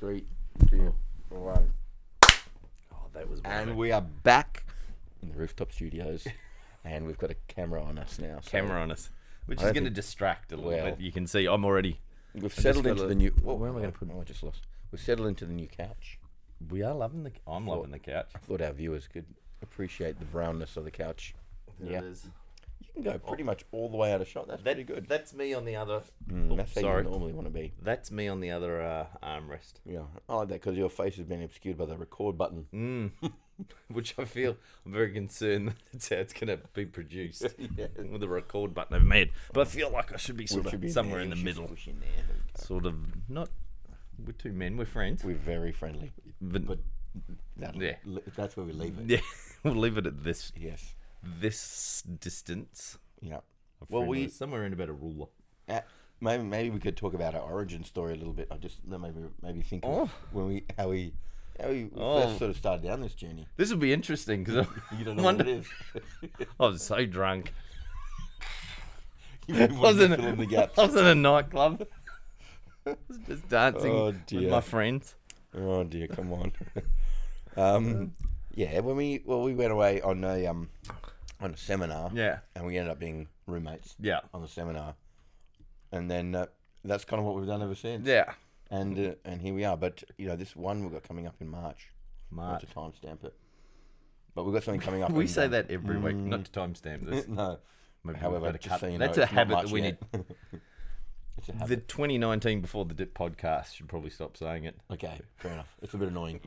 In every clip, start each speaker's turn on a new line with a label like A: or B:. A: Three, two, one.
B: Oh, that was
A: And we are back in the rooftop studios, and we've got a camera on us now. So
B: camera on us, which
A: I
B: is
A: don't
B: going to
A: think-
B: distract a little
A: Well-
B: bit. You can see I'm already.
A: We've settled into
B: gotta-
A: the new. Whoa, where am I going to put? Oh, I just lost. We've settled into the new couch.
B: We are loving the. I'm loving the couch.
A: I thought our viewers could appreciate the brownness of the couch. Yeah. You can go pretty much all the way out of shot. That's pretty good.
B: That's me on the other.
A: Mm,
B: Oh,
A: that's how
B: sorry.
A: you normally want to be.
B: That's me on the other uh, armrest.
A: Yeah, I like that because your face has been obscured by the record button.
B: Mm. Which I feel I'm very concerned that it's how it's going to be produced with the record button I've made. But I feel like I should be sort
A: Which
B: of
A: should be
B: somewhere
A: there.
B: in the
A: You should
B: middle.
A: squish in there. There we go.
B: Sort of not. We're two men. We're friends.
A: We're very friendly,
B: but,
A: but that,
B: Yeah.
A: li- that's where we leave it.
B: yeah, we'll leave it at this
A: Yes.
B: this distance.
A: Yeah.
B: Well,
A: Well,
B: we
A: we-
B: somewhere in about a ruler.
A: Uh, maybe maybe we could talk about our origin story a little bit. I just that made me maybe think
B: Oh.
A: of when we how we how we
B: Oh.
A: first sort of started down this journey.
B: This will be interesting because
A: You
B: I
A: don't know what
B: wonder.
A: it is.
B: I was so drunk.
A: you really
B: I
A: wanted
B: was,
A: to
B: in
A: fill in the
B: a,
A: gaps.
B: I was in a nightclub. I was just dancing
A: Oh,
B: with
A: dear.
B: my friends.
A: Oh dear, come on. um, yeah, when we well we went away on a um on a seminar.
B: Yeah,
A: and we ended up being roommates
B: yeah,
A: on the seminar, and then uh, that's kind of what we've done ever since.
B: yeah.
A: and uh, and here we are. But you know, this one we've got coming up in March. Not
B: March.
A: to timestamp it, but we've got something coming up.
B: We
A: in,
B: say
A: uh,
B: that every week, not to timestamp this.
A: no.
B: Maybe we've
A: However,
B: got to
A: just
B: cut-
A: so you know,
B: that's a
A: it's not
B: habit that
A: much
B: we
A: yet. it's a
B: need.
A: habit.
B: The 2019 before the dip podcast should probably stop saying it.
A: Okay, fair enough. It's a bit annoying.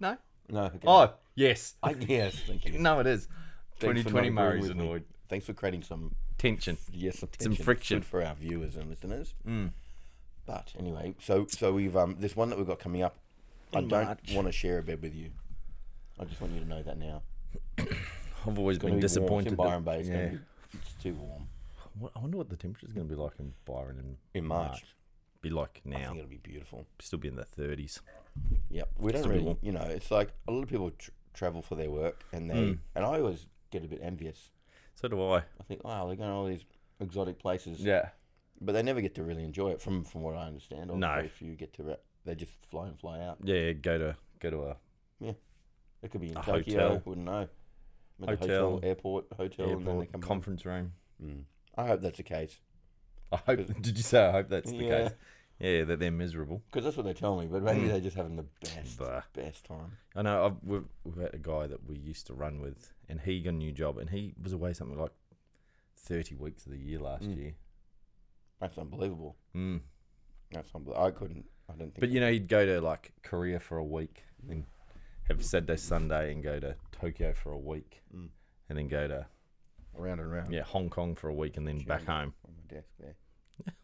B: No.
A: No. Okay.
B: Oh yes.
A: I, yes. Thank you.
B: No, it is.
A: Thanks for
B: 2020
A: not agreeing
B: Murray's
A: with me.
B: annoyed.
A: Thanks for creating some
B: Tension.
A: yes some,
B: Some
A: tension. It's good
B: friction. Mm.
A: for our viewers and listeners. But anyway, so so we've um this one that we've got coming up. I
B: In
A: don't
B: March.
A: want to share a bed with you. I just want you to know that now.
B: I've always
A: Gonna be
B: been
A: warm. It's
B: disappointed.
A: in
B: that-
A: Byron Bay. It's, gonna
B: Yeah.
A: be, it's too warm
B: Wha- I wonder what the temperature's going to be like in Byron in
A: in March.
B: Be like
A: I
B: now.
A: think it'll be beautiful.
B: Still be in the 30s.
A: Yep. We don't
B: Still be
A: really,
B: warm.
A: you know, it's like a lot of people tr- travel for their work, and they
B: Mm.
A: and I always get a bit envious.
B: So do I.
A: I think, wow, they're going to all these exotic places,
B: Yeah.
A: but they never get to really enjoy it. From from what I understand, or
B: No.
A: very few get to. Re- they just fly and fly out.
B: Yeah, yeah, go to go to a
A: It could be in
B: A
A: Tokyo.
B: hotel.
A: Wouldn't know. I mean, the
B: Hotel.
A: airport, hotel, and then they
B: airport
A: come. home.
B: conference room.
A: Mm. I hope that's the case
B: I hope did you say I hope that's the
A: Yeah.
B: case? Yeah, that they're miserable.
A: because that's what they tell me. But
B: Mm.
A: maybe they're just having the best,
B: Bah.
A: best time.
B: I know I've, we've, we've had a guy that we used to run with and he got a new job and he was away something like 30 weeks of the year last
A: Mm.
B: year.
A: That's unbelievable.
B: Mm.
A: That's unbelievable. I couldn't. I don't think.
B: But you know, he'd go to like Korea for a week and have Saturday, Sunday and go to Tokyo for a week
A: Mm.
B: and then go to
A: round and round.
B: yeah, Hong Kong for a week and then back
A: Sure.
B: home.
A: On my desk there.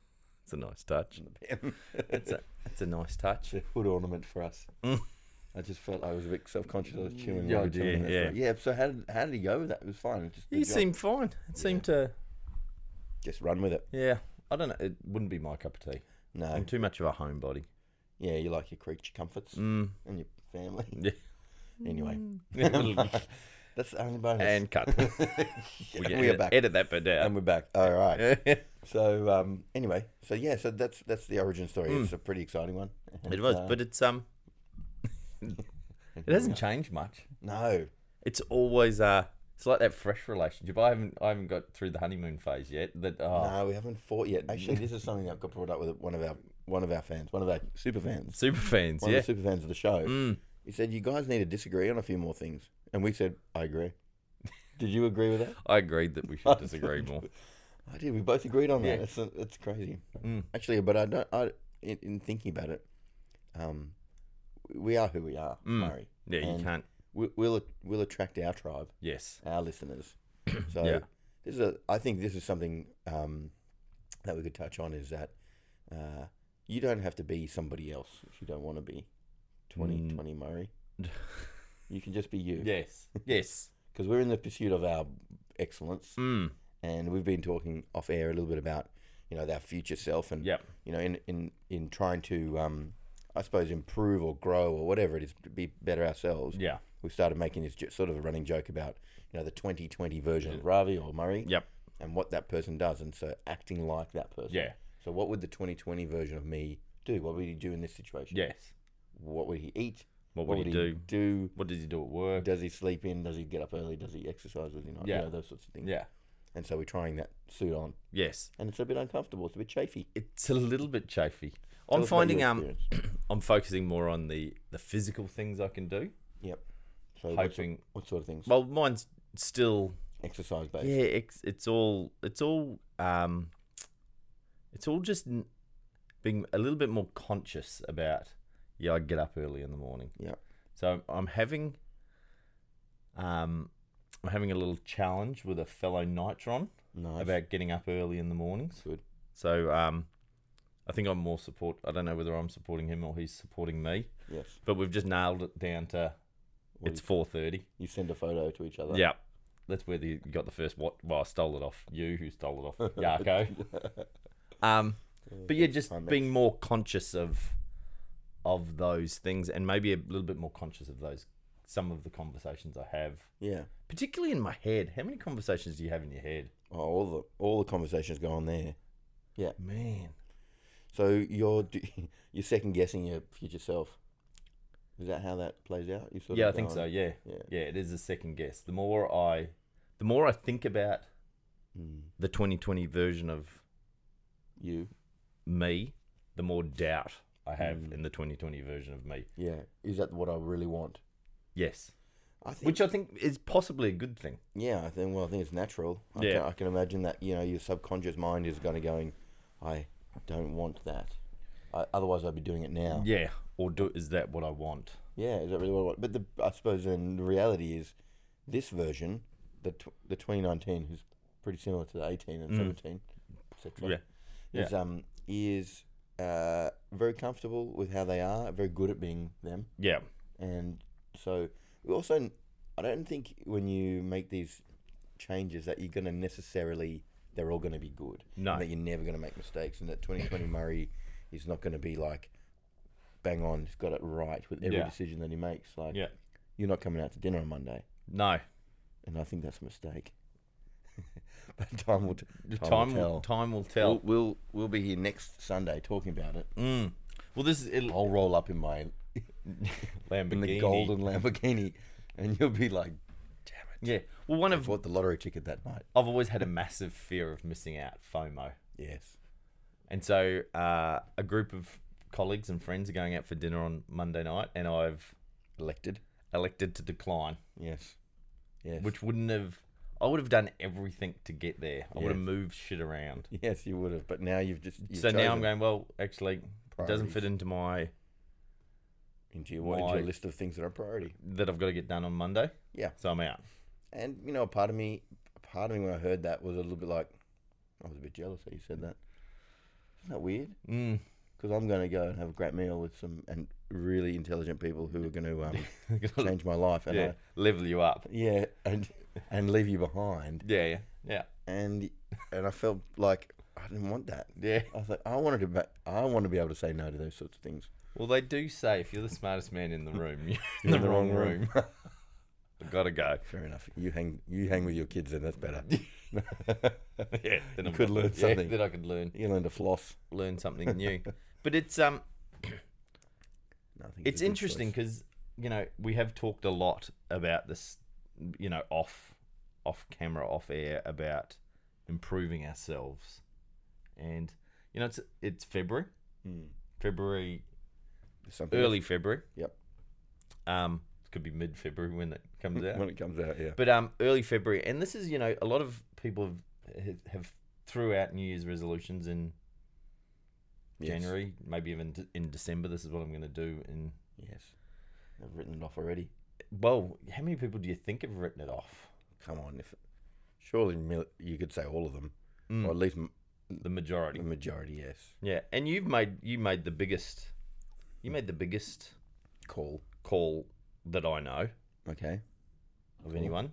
B: It's a nice touch.
A: In the pen.
B: It's a, it's a nice touch.
A: It's a hood ornament for us.
B: Mm.
A: I just felt I was a bit self-conscious. I was chewing.
B: Yeah,
A: while you were telling
B: yeah,
A: me that
B: yeah.
A: story. yeah. So how did how did he go with that? It was fine. It's just the
B: You
A: job.
B: seemed fine. It seemed to,
A: just run with it.
B: yeah. I don't know. It wouldn't be my cup of tea.
A: No.
B: I'm too much of a homebody.
A: Yeah, you like your creature comforts
B: Mm.
A: and your family.
B: Yeah.
A: Anyway, that's the only bonus.
B: Mm. and cut.
A: Yeah,
B: get-
A: we are
B: edit-
A: back.
B: Edit that bit
A: And
B: out.
A: we're back. All right. So um, anyway, so yeah, so that's that's the origin story. It's a pretty exciting one. And,
B: Mm. it was,
A: uh,
B: but it's um,
A: and
B: it
A: here we
B: hasn't changed much.
A: are. No.
B: It's always uh, it's like that fresh relationship. I haven't, I haven't got through the honeymoon phase yet. That oh,
A: No, we haven't fought yet. Actually, this is something that got brought up with one of our one of our fans, one of our super fans,
B: super fans,
A: one
B: yeah.
A: of the super fans of the show.
B: Mm.
A: He said, "You guys need to disagree on a few more things," and we said, "I agree." Did you agree with that?
B: I agreed that we should disagree more.
A: I did. We both agreed on that.
B: Yeah.
A: That's that's crazy.
B: Mm.
A: Actually, but I don't. I in, in thinking about it, um, we are who we are,
B: Mm.
A: Murray.
B: Yeah, you
A: And
B: can't.
A: We, we'll we'll attract our tribe,
B: Yes.
A: our listeners. So
B: Yeah.
A: this is a. I think this is something um, that we could touch on is that uh, you don't have to be somebody else if you don't want to be. Twenty
B: Mm.
A: twenty Murray. you can just be you.
B: Yes. Yes.
A: because we're in the pursuit of our excellence,
B: Mm.
A: and we've been talking off air a little bit about you know our future self, and
B: Yep.
A: you know in in in trying to um, I suppose improve or grow or whatever it is to be better ourselves.
B: Yeah.
A: We started making this jo- sort of a running joke about you know the 2020 version of Ravi or Murray,
B: Yep.
A: and what that person does, and so acting like that person.
B: Yeah.
A: So what would the 2020 version of me do? What would he do in this situation?
B: Yes.
A: What would he eat?
B: What would he do?
A: do?
B: What did he do at work?
A: Does he sleep in? Does he get up early? Does he exercise? Does he not?
B: Yeah.
A: You know, those sorts of things.
B: yeah.
A: And so we're trying that suit on,
B: Yes.
A: and it's a bit uncomfortable. It's a bit chafy.
B: It's a little bit chafy.
A: Tell
B: I'm
A: us about your
B: finding um
A: experience.
B: I'm focusing more on the the physical things I can do.
A: Yep. So what, sort,
B: Hoping
A: what sort of things?
B: well mine's still
A: Exercise based.
B: yeah, it's, it's all it's all um it's all just n- being a little bit more conscious about yeah, I get up early in the morning.
A: Yep.
B: So I'm having um I'm having a little challenge with a fellow Nitron
A: Nice.
B: about getting up early in the mornings.
A: Good.
B: So um, I think I'm more support. I don't know whether I'm supporting him or he's supporting me,
A: Yes.
B: but we've just nailed it down to
A: Well,
B: it's four thirty.
A: You send a photo to each other.
B: Yeah, that's where the, you got the first what? Well, I stole it off you, who stole it off Yarko. um, but yeah, just
A: Timex.
B: being more conscious of of those things, and maybe a little bit more conscious of those some of the conversations I have,
A: Yeah.
B: particularly in my head. How many conversations do you have in your head?
A: Oh, all the all the conversations go on there.
B: Man,
A: So you're d- you're second guessing your future self. Is that how that plays out? You sort
B: yeah, I
A: of
B: think so.
A: going,
B: Yeah.
A: Yeah.
B: yeah, it is a second guess. The more I, the more I think about
A: Mm,
B: the 2020 version of
A: you.
B: me, the more doubt I have
A: Mm.
B: in the 2020 version of me.
A: Yeah. Is that what I really want?
B: Yes,
A: I think.
B: which I think is possibly a good thing.
A: yeah, I think. Well, I think it's natural. I
B: Yeah.
A: Can, I can imagine that. You know, your subconscious mind is going to going. I don't want that. I, otherwise, I'd be doing it now.
B: Yeah, or do is that what I want?
A: Yeah, is that really what I want? But the, I suppose then the reality is this version, the tw- the 2019, who's pretty similar to the 18 and 17, etc.
B: Mm. Yeah.
A: Is, um, is uh, very comfortable with how they are, very good at being them.
B: yeah,
A: And so we also, I don't think when you make these changes that you're going to necessarily, they're all going to be good.
B: No.
A: And that you're never going to make mistakes. And that 2020 Murray is not going to be like, bang on, he's got it right with every
B: Yeah.
A: decision that he makes. Like,
B: yeah.
A: you're not coming out to dinner on Monday.
B: No,
A: And I think that's a mistake. but time will, t- time
B: time
A: will tell.
B: will time will
A: We'll,
B: tell.
A: we'll, we'll be here next Sunday talking about it.
B: Mm. Well, this is it'll,
A: I'll roll up in my
B: Lamborghini.
A: in the golden Lamborghini, and you'll be like, "Damn it!"
B: Yeah. Well, one of
A: bought the lottery ticket that night.
B: I've always had a massive fear of missing out, FOMO.
A: Yes.
B: And so uh, a group of colleagues and friends are going out for dinner on Monday night, and I've
A: Elected.
B: elected to decline,
A: Yes. Yes.
B: which wouldn't have. I would have done everything to get there. I would have
A: Yes.
B: moved shit around.
A: yes, you would have, but now you've just you've
B: so now I'm
A: chosen
B: going. Well, actually, it doesn't fit into my
A: into your, into
B: Why?
A: your list of things that are a priority.
B: that I've got to get done on Monday.
A: Yeah.
B: So I'm out.
A: And you know, a part of me, a part of me when I heard that was a little bit like, I was a bit jealous that you said that. Isn't that weird?
B: Mm.
A: Because I'm going to go and have a great meal with some and really intelligent people who are going to um, change my life, and
B: yeah.
A: I,
B: Level you up.
A: yeah, and and leave you behind.
B: Yeah. Yeah. Yeah.
A: and and I felt like I didn't want that.
B: Yeah.
A: I was like, I wanted to, ba- I want to be able to say no to those sorts of things.
B: Well, they do say if you're the smartest man in the room, you're in the, wrong room. I've got to go.
A: Fair enough. You hang, you hang with your kids, then that's better.
B: Yeah. Then I'm
A: could
B: not-
A: learn
B: yeah,
A: something.
B: Then I could learn.
A: you learn to floss.
B: learn something new. but it's um
A: No, I think
B: it's
A: a good
B: interesting
A: choice.
B: because you know we have talked a lot about this, you know, off off camera, off air about improving ourselves, and you know it's it's February,
A: Mm.
B: February
A: There's something
B: early February.
A: Yep.
B: Um, it could be mid February when it comes
A: else
B: out.
A: when it comes out. Yeah.
B: But um, early February, and this is you know a lot of people have, have threw out New Year's resolutions in
A: Yes.
B: January, maybe even d- in December. This is what I'm going to do in.
A: Yes. I've written it off already.
B: Well, how many people do you think have written it off?
A: Come on, if surely mil- you could say all of them,
B: Hmm.
A: or at least m-
B: The
A: the
B: majority.
A: majority. Yes.
B: Yeah, and you've made you made the biggest, you made the biggest
A: Call.
B: call that I know
A: Okay.
B: of anyone.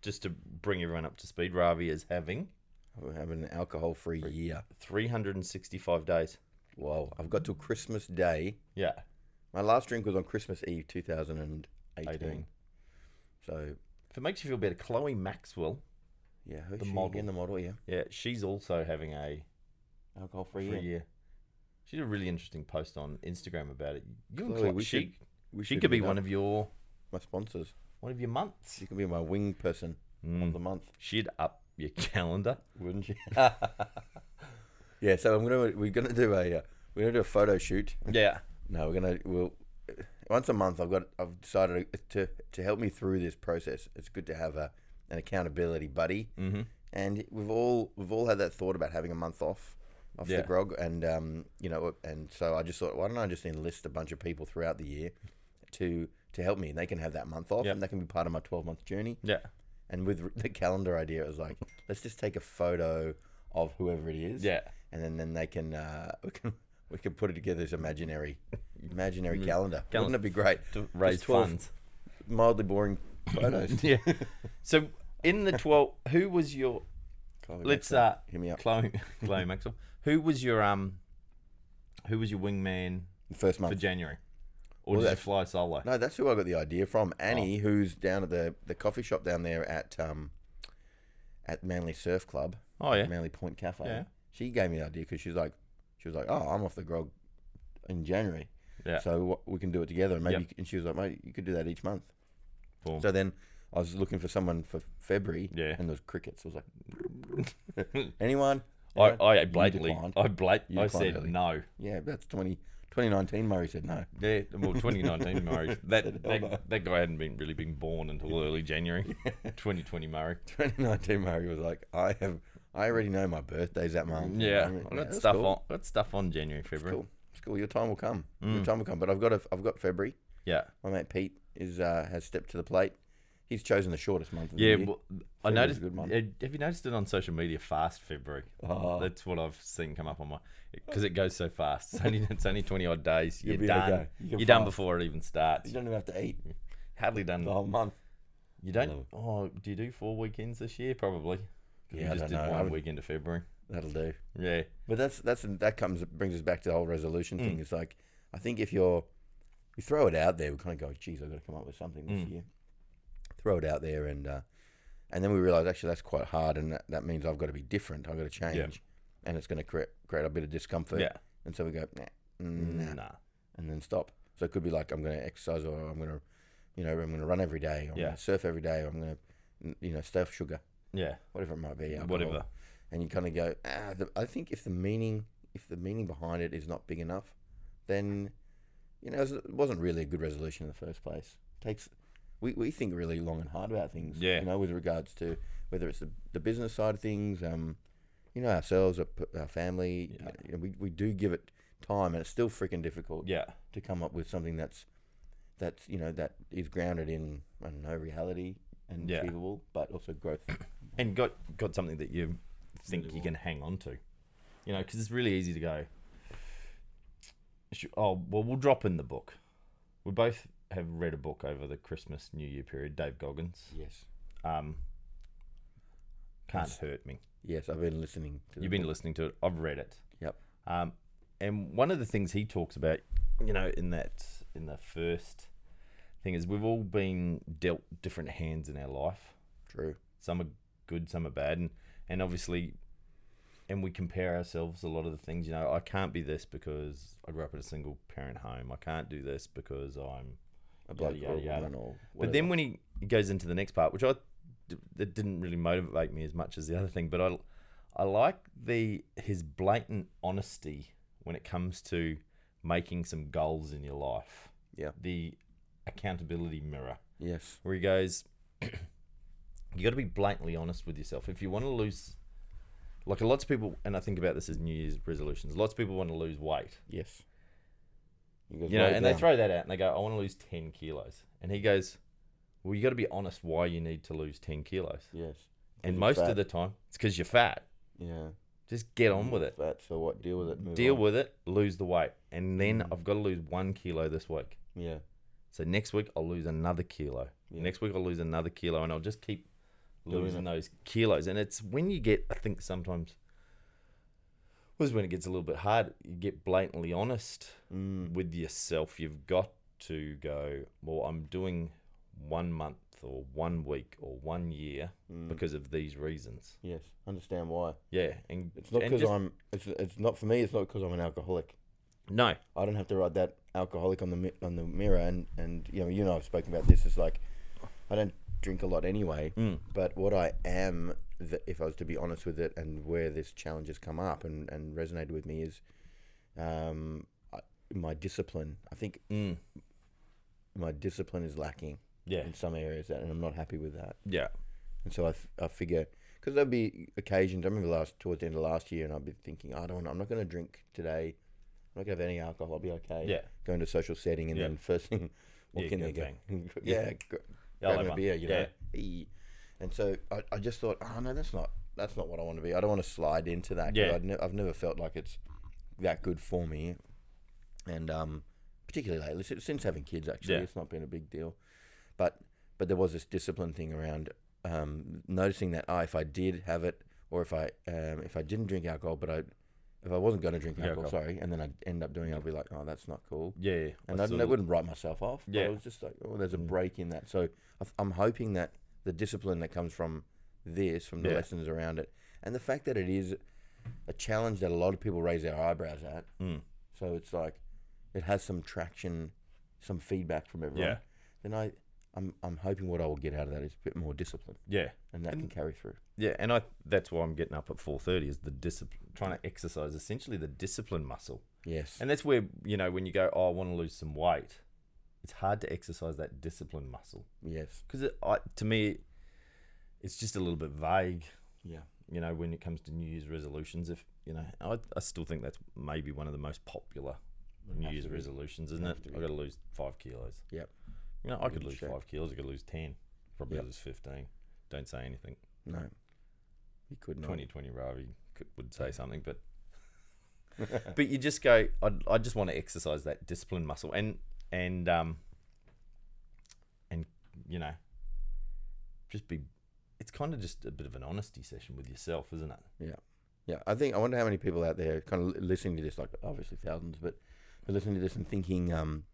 B: Just to bring everyone up to speed, Ravi is having
A: I'll have an alcohol-free year.
B: 365 days.
A: Wow. I've got till Christmas Day.
B: Yeah,
A: My last drink was on Christmas Eve 2018.
B: 18.
A: So,
B: If it makes you feel better, Chloe Maxwell.
A: yeah, who's
B: The
A: she
B: model.
A: again? The model, yeah.
B: Yeah, she's also having a
A: Alcohol
B: free
A: free.
B: year. She did a really interesting post on Instagram about it. You and
A: Chloe,
B: Chloe,
A: we
B: she,
A: should- We
B: she
A: should
B: could be
A: meet
B: one
A: up.
B: of your
A: my sponsors.
B: one of your months.
A: She could be my wing person
B: Hmm.
A: of the month,
B: She'd up your calendar.
A: wouldn't you? yeah. So I'm gonna we're gonna do a uh, we're gonna do a photo shoot.
B: Yeah.
A: No, we're gonna we'll once a month. I've got I've decided to to help me through this process. It's good to have a an accountability buddy, mm-hmm. and we've all we've all had that thought about having a month off off
B: Yeah.
A: the grog, and um you know, and so I just thought, why don't I just enlist a bunch of people throughout the year to to help me, and they can have that month off,
B: Yep.
A: and that can be part of my twelve month journey.
B: Yeah.
A: And with the calendar idea, it was like, let's just take a photo of whoever it is
B: Yeah.
A: and then, then they can uh, we can we can put it together as imaginary imaginary calendar. Wouldn't
B: Mm. Calendar.
A: it be great?
B: To
A: Just
B: raise
A: 12
B: funds.
A: Mildly boring photos.
B: Yeah. so in the twelve who was your
A: Chloe
B: let's
A: Maxwell,
B: uh
A: hit me up.
B: Chloe Chloe Maxwell. Who was your um who was your wingman
A: The first
B: for
A: month.
B: January? Or
A: Well,
B: did you
A: that's-
B: fly solo?
A: no, that's who I got the idea from.
B: Oh.
A: Annie, who's down at the, the coffee shop down there at um at Manly Surf Club,
B: Oh yeah.
A: Manly Point Cafe.
B: Yeah.
A: She gave me the idea because she's like she was like, oh, I'm off the grog in January.
B: Yeah.
A: So what- we can do it together, and maybe.
B: Yep.
A: you c- And she was like, "Mate, you could do that each month."
B: Boom.
A: So then I was looking for someone for February,
B: Yeah.
A: and there was crickets. I was like, "Anyone?"
B: I,
A: Anyone?
B: I
A: You
B: blatantly
A: declined.
B: I blat-
A: You
B: I
A: declined
B: said
A: early.
B: no.
A: yeah, that's 20, 2019. Murray said no.
B: Yeah, well, 2019 Murray. That
A: Said
B: that,
A: hell no.
B: that guy hadn't been really been born until early January. 2020 Murray.
A: 2019 Murray was like, "I have, I already know my birthday's that month."
B: Yeah,
A: I mean,
B: I got
A: that's
B: stuff
A: cool.
B: on. Got stuff on January, February.
A: Cool, it's cool. Your time will come.
B: Mm.
A: Your time will come. But I've got, a, I've got February.
B: Yeah,
A: My mate Pete is uh, has stepped to the plate. He's chosen the shortest month of the
B: yeah.
A: year.
B: Well, I
A: February's
B: noticed.
A: a good month.
B: eh, Have you noticed it on social media? Fast February.
A: Oh.
B: That's what I've seen come up on my because it goes so fast. It's only it's only 20 odd days. You're
A: be
B: done.
A: okay. You
B: You
A: can
B: are done
A: fast.
B: before it even
A: you
B: starts.
A: don't even have to eat
B: Hardly done.
A: the whole month.
B: You
A: love
B: don't.
A: it.
B: Oh, do you do four weekends this year? Probably. 'Cause
A: Yeah, I
B: we
A: don't
B: just did
A: know. I
B: one
A: haven't-
B: weekend of February.
A: That'll do.
B: Yeah.
A: But that's that's that comes brings us back to the whole resolution thing.
B: Mm.
A: It's like I think if you're you throw it out there, we kind of go, "Geez, I've got to come up with something this
B: Mm.
A: year." Throw it out there, and uh, and then we realize actually that's quite hard, and that, that means I've got to be different. I've got to change, and it's going to create create a bit of discomfort.
B: Yeah. Mm.
A: And so we go, nah, nah,
B: Nah.
A: and then stop. So it could be like I'm going to exercise, or I'm going to, you know, I'm going to run every day, or I'm
B: Yeah.
A: going to surf every day, or I'm going to, you know, stay off sugar,
B: Yeah.
A: whatever it might be. alcohol
B: Whatever.
A: and you kind of go, ah, the, I think if the meaning, if the meaning behind it is not big enough, then, you know, it wasn't really a good resolution in the first place. takes, we, we think really long and hard about things.
B: Yeah.
A: You know, with regards to whether it's the, the business side of things, um, you know, ourselves, our, p- our family, you know, you know, we, we do give it time, and it's still freaking difficult
B: Yeah.
A: to come up with something that's that's you know that is grounded in I don't know reality and
B: Yeah.
A: achievable, but also growth.
B: and got got something that you think you can hang on to. You know, because it's really easy to go. "Sh- Oh well, we'll drop in the book. We both have read a book over the Christmas New Year period. Dave Goggins.
A: yes.
B: Um, can't hurt me.
A: Yes, I've been listening to the
B: You've been listening to it. I've read it.
A: Yep.
B: Um, and one of the things he talks about, you know, in that in the first thing is we've all been dealt different hands in our life.
A: True.
B: some are good, some are bad, and and obviously, and we compare ourselves a lot of the things. You know, I can't be this because I grew up in a single parent home. I can't do this because I'm.
A: A bloke
B: yada,
A: or a
B: yada.
A: woman or
B: But then when he he goes into the next part, which I that didn't really motivate me as much as the other thing, but I I like the his blatant honesty when it comes to making some goals in your life.
A: Yeah.
B: The accountability mirror
A: yes,
B: where he goes, you got to be blatantly honest with yourself. If you want to lose, like lots of people, and I think about this as New Year's resolutions. Lots of people want to lose weight,
A: yes, you, goes
B: you know,
A: right
B: and they
A: down.
B: throw that out and they go, "I want to lose ten kilos," and he goes, "Well, you got to be honest why you need to lose ten kilos."
A: yes,
B: And
A: you're
B: most
A: fat.
B: of the time, it's because you're fat.
A: yeah.
B: Just get on with it.
A: That so what? Deal with it. Move
B: Deal
A: on. Mm.
B: with it. Lose the weight, and then I've got to lose one kilo this week.
A: yeah,
B: So next week I'll lose another kilo.
A: Yeah.
B: Next week I'll lose another kilo, and I'll just keep
A: Doing
B: losing those kilos. And it's when you get, I think sometimes, was when it gets a little bit hard. You get blatantly honest
A: Mm.
B: with yourself. You've got to go. Well, I'm doing one month or one week or one year
A: Mm.
B: because of these reasons.
A: yes. Understand why?
B: Yeah, and
A: It's not
B: and
A: because
B: just-
A: I'm. It's it's not for me. It's not because I'm an alcoholic.
B: No.
A: I don't have to write that alcoholic on the mi- on the mirror, and and you know you and I have spoken about this. It's like I don't drink a lot anyway,
B: Mm,
A: but what I am, th- if I was to be honest with it, and where this challenge has come up and and resonated with me is, um, I, my discipline. I think
B: Mm.
A: my discipline is lacking
B: Yeah.
A: in some areas, and I'm not happy with that.
B: Yeah.
A: And so I, f- I figure, because there'll be occasions. I remember last towards the end of last year, and I'd be thinking, I don't, I'm not going to drink today. I'm not going to have any alcohol. I'll be okay.
B: Yeah.
A: Go into a social setting, and
B: Yeah.
A: then first thing, walk
B: Yeah,
A: in there,
B: good
A: go,
B: Yeah.
A: yeah, gr-
B: Yeah, I'll
A: grab me a
B: have one.
A: beer, you
B: Yeah.
A: know. Eee. And so I, I just thought, oh no, that's not that's not what I want to be. I don't want to slide into that. 'cause
B: Yeah.
A: I'd ne- I've never felt like it's that good for me, and um, particularly lately si- since having kids, actually,
B: Yeah.
A: it's not been a big deal. But but there was this discipline thing around um, noticing that ah, if I did have it, or if I um, if I didn't drink alcohol, but I if I wasn't going to drink
B: Yeah,
A: alcohol, sorry, and then I end up doing it, I'd be like, oh, that's not cool
B: Yeah. yeah.
A: and
B: I
A: I,
B: sort
A: I
B: of-
A: wouldn't write myself off. But
B: Yeah. Mm.
A: it was just like, oh, there's a break in that. So I th- I'm hoping that the discipline that comes from this, from the
B: Yeah.
A: lessons around it, and the fact that it is a challenge that a lot of people raise their eyebrows at.
B: Mm.
A: So it's like it has some traction, some feedback from everyone.
B: Yeah.
A: Then I, I'm, I'm hoping what I will get out of that is a bit more discipline,
B: Yeah.
A: and that can
B: And-
A: carry through.
B: Yeah, and I that's why I'm getting up at 4:30 is the discipline trying to exercise essentially the discipline muscle.
A: Yes.
B: And that's where, you know, when you go, "Oh, I want to lose some weight." It's hard to exercise that discipline muscle
A: yes.
B: because I to me it's just a little bit vague,
A: Yeah.
B: you know, when it comes to New Year's resolutions if, you know, I, I still think that's maybe one of the most popular New Year's
A: Absolutely.
B: resolutions, isn't
A: have
B: it?
A: to
B: I got to lose 5 kilos.
A: Yep.
B: You know, I could
A: Good
B: lose
A: shape.
B: 5 kilos, I could lose 10, probably
A: Yep.
B: lose 15. Don't say anything.
A: No. You could not.
B: 2020 Ravi could, would say something, but but you just go. I, I just want to exercise that discipline muscle and and um and you know just be. It's kind of just a bit of an honesty session with yourself, isn't it?
A: Yeah, I think I wonder how many people out there kind of li- listening to this, like obviously thousands, but are listening to this and thinking, um,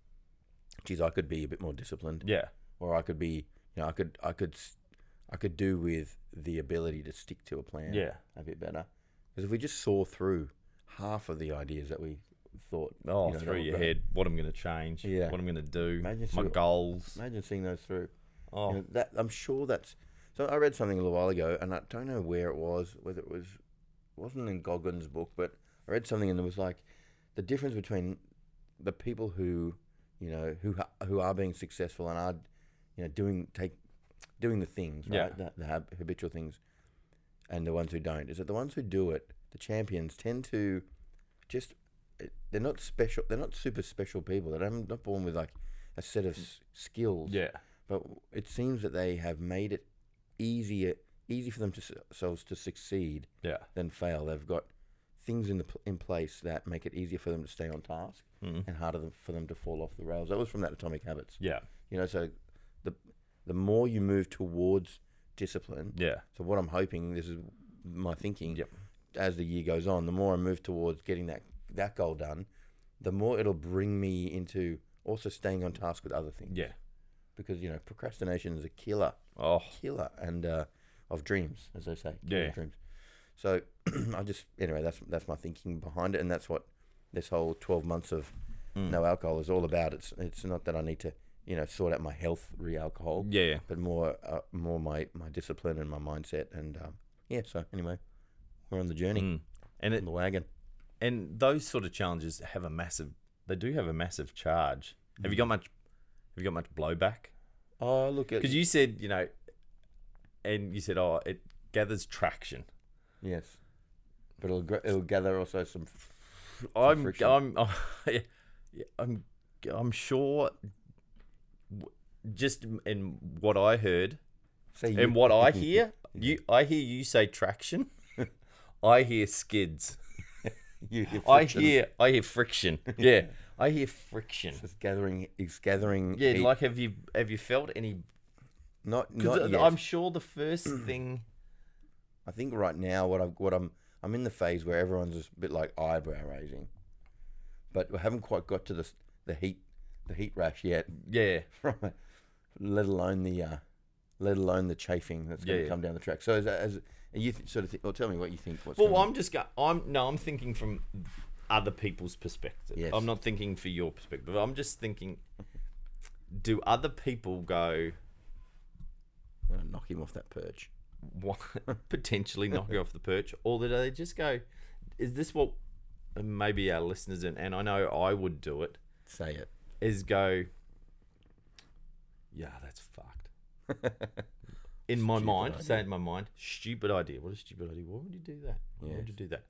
A: "Geez, I could be a bit more disciplined,
B: Yeah,
A: or I could be, you know, I could, I could, s- I could do with the ability to stick to a plan,
B: Yeah.
A: a bit better." Because if we just saw through half of the ideas that we thought,
B: oh,
A: you know, that
B: through
A: were
B: your
A: great.
B: head, what I'm going to change,
A: Yeah.
B: what I'm going to do,
A: Imagine
B: my
A: through-
B: goals.
A: imagine seeing those through.
B: oh,
A: You know, that I'm sure that's. So I read something a little while ago, and I don't know where it was, whether it was it wasn't in Goggins' book, but I read something and it was like the difference between the people who you know who ha- who are being successful and are you know doing take doing the things right
B: Yeah.
A: the, the hab- habitual things and the ones who don't is that the ones who do it the champions tend to just it- they're not special they're not super special people they're not not born with like a set of s- skills
B: yeah,
A: but it seems that they have made it easier easy for them to, themselves to succeed
B: yeah,
A: than fail. They've got things in the pl- in place that make it easier for them to stay on task
B: mm.
A: and harder than- for them to fall off the rails. That was from that Atomic Habits.
B: yeah,
A: You know, so the the more you move towards discipline,
B: yeah,
A: so what I'm hoping this is my thinking.
B: Yep.
A: As the year goes on, the more I move towards getting that that goal done, the more it'll bring me into also staying on task with other things.
B: yeah.
A: Because you know, procrastination is a killer
B: Oh,
A: killer and uh, of dreams, as they say. killer
B: Yeah.
A: of Dreams. So I just anyway, that's that's my thinking behind it, and that's what this whole twelve months of
B: Hmm.
A: no alcohol is all about. It's it's not that I need to you know sort out my health re alcohol,
B: yeah.
A: but more uh, more my my discipline and my mindset, and um, yeah. So anyway, we're on the journey,
B: Mm. And it
A: on the wagon.
B: and those sort of challenges have a massive they do have a massive charge have you
A: Mm.
B: got much have you got much blowback
A: Oh look, at
B: because you said you know and you said oh it gathers traction
A: yes, but it'll gr- it'll gather also some.
B: i'm
A: friction.
B: i'm yeah, yeah, i'm i'm sure w- just in what i heard
A: Say you-
B: and what i hear you i hear you say traction i hear skids
A: you, you
B: i
A: friction.
B: hear i hear friction yeah i hear friction
A: It's gathering. It's gathering.
B: yeah
A: heat.
B: like have you have you felt any
A: not not
B: Because uh,
A: yet. Mm.
B: I'm sure the first thing.
A: I think right now what I'm what I'm I'm in the phase where everyone's just a bit like eyebrow raising, but we haven't quite got to the s- the heat the heat rash yet
B: Yeah,
A: from it, let alone the uh, let alone the chafing that's going
B: Yeah,
A: to
B: yeah.
A: come down the track. So as, as and you th- sort of think, well, tell me what you think. What's
B: Well,
A: coming.
B: I'm just going. I'm no. I'm thinking from other people's perspective.
A: Yes.
B: I'm not thinking for your perspective. I'm just thinking do other people go
A: I'm gonna knock him off that perch.
B: what, potentially knock you off the perch, or do they just go, is this what and maybe our listeners and, and I know I would do it
A: Say it.
B: is go, yeah, that's fucked. in my
A: Stupid
B: mind,
A: idea.
B: say in my mind, stupid idea. What a stupid idea. Why would you do that? Why
A: Yes.
B: would you do that?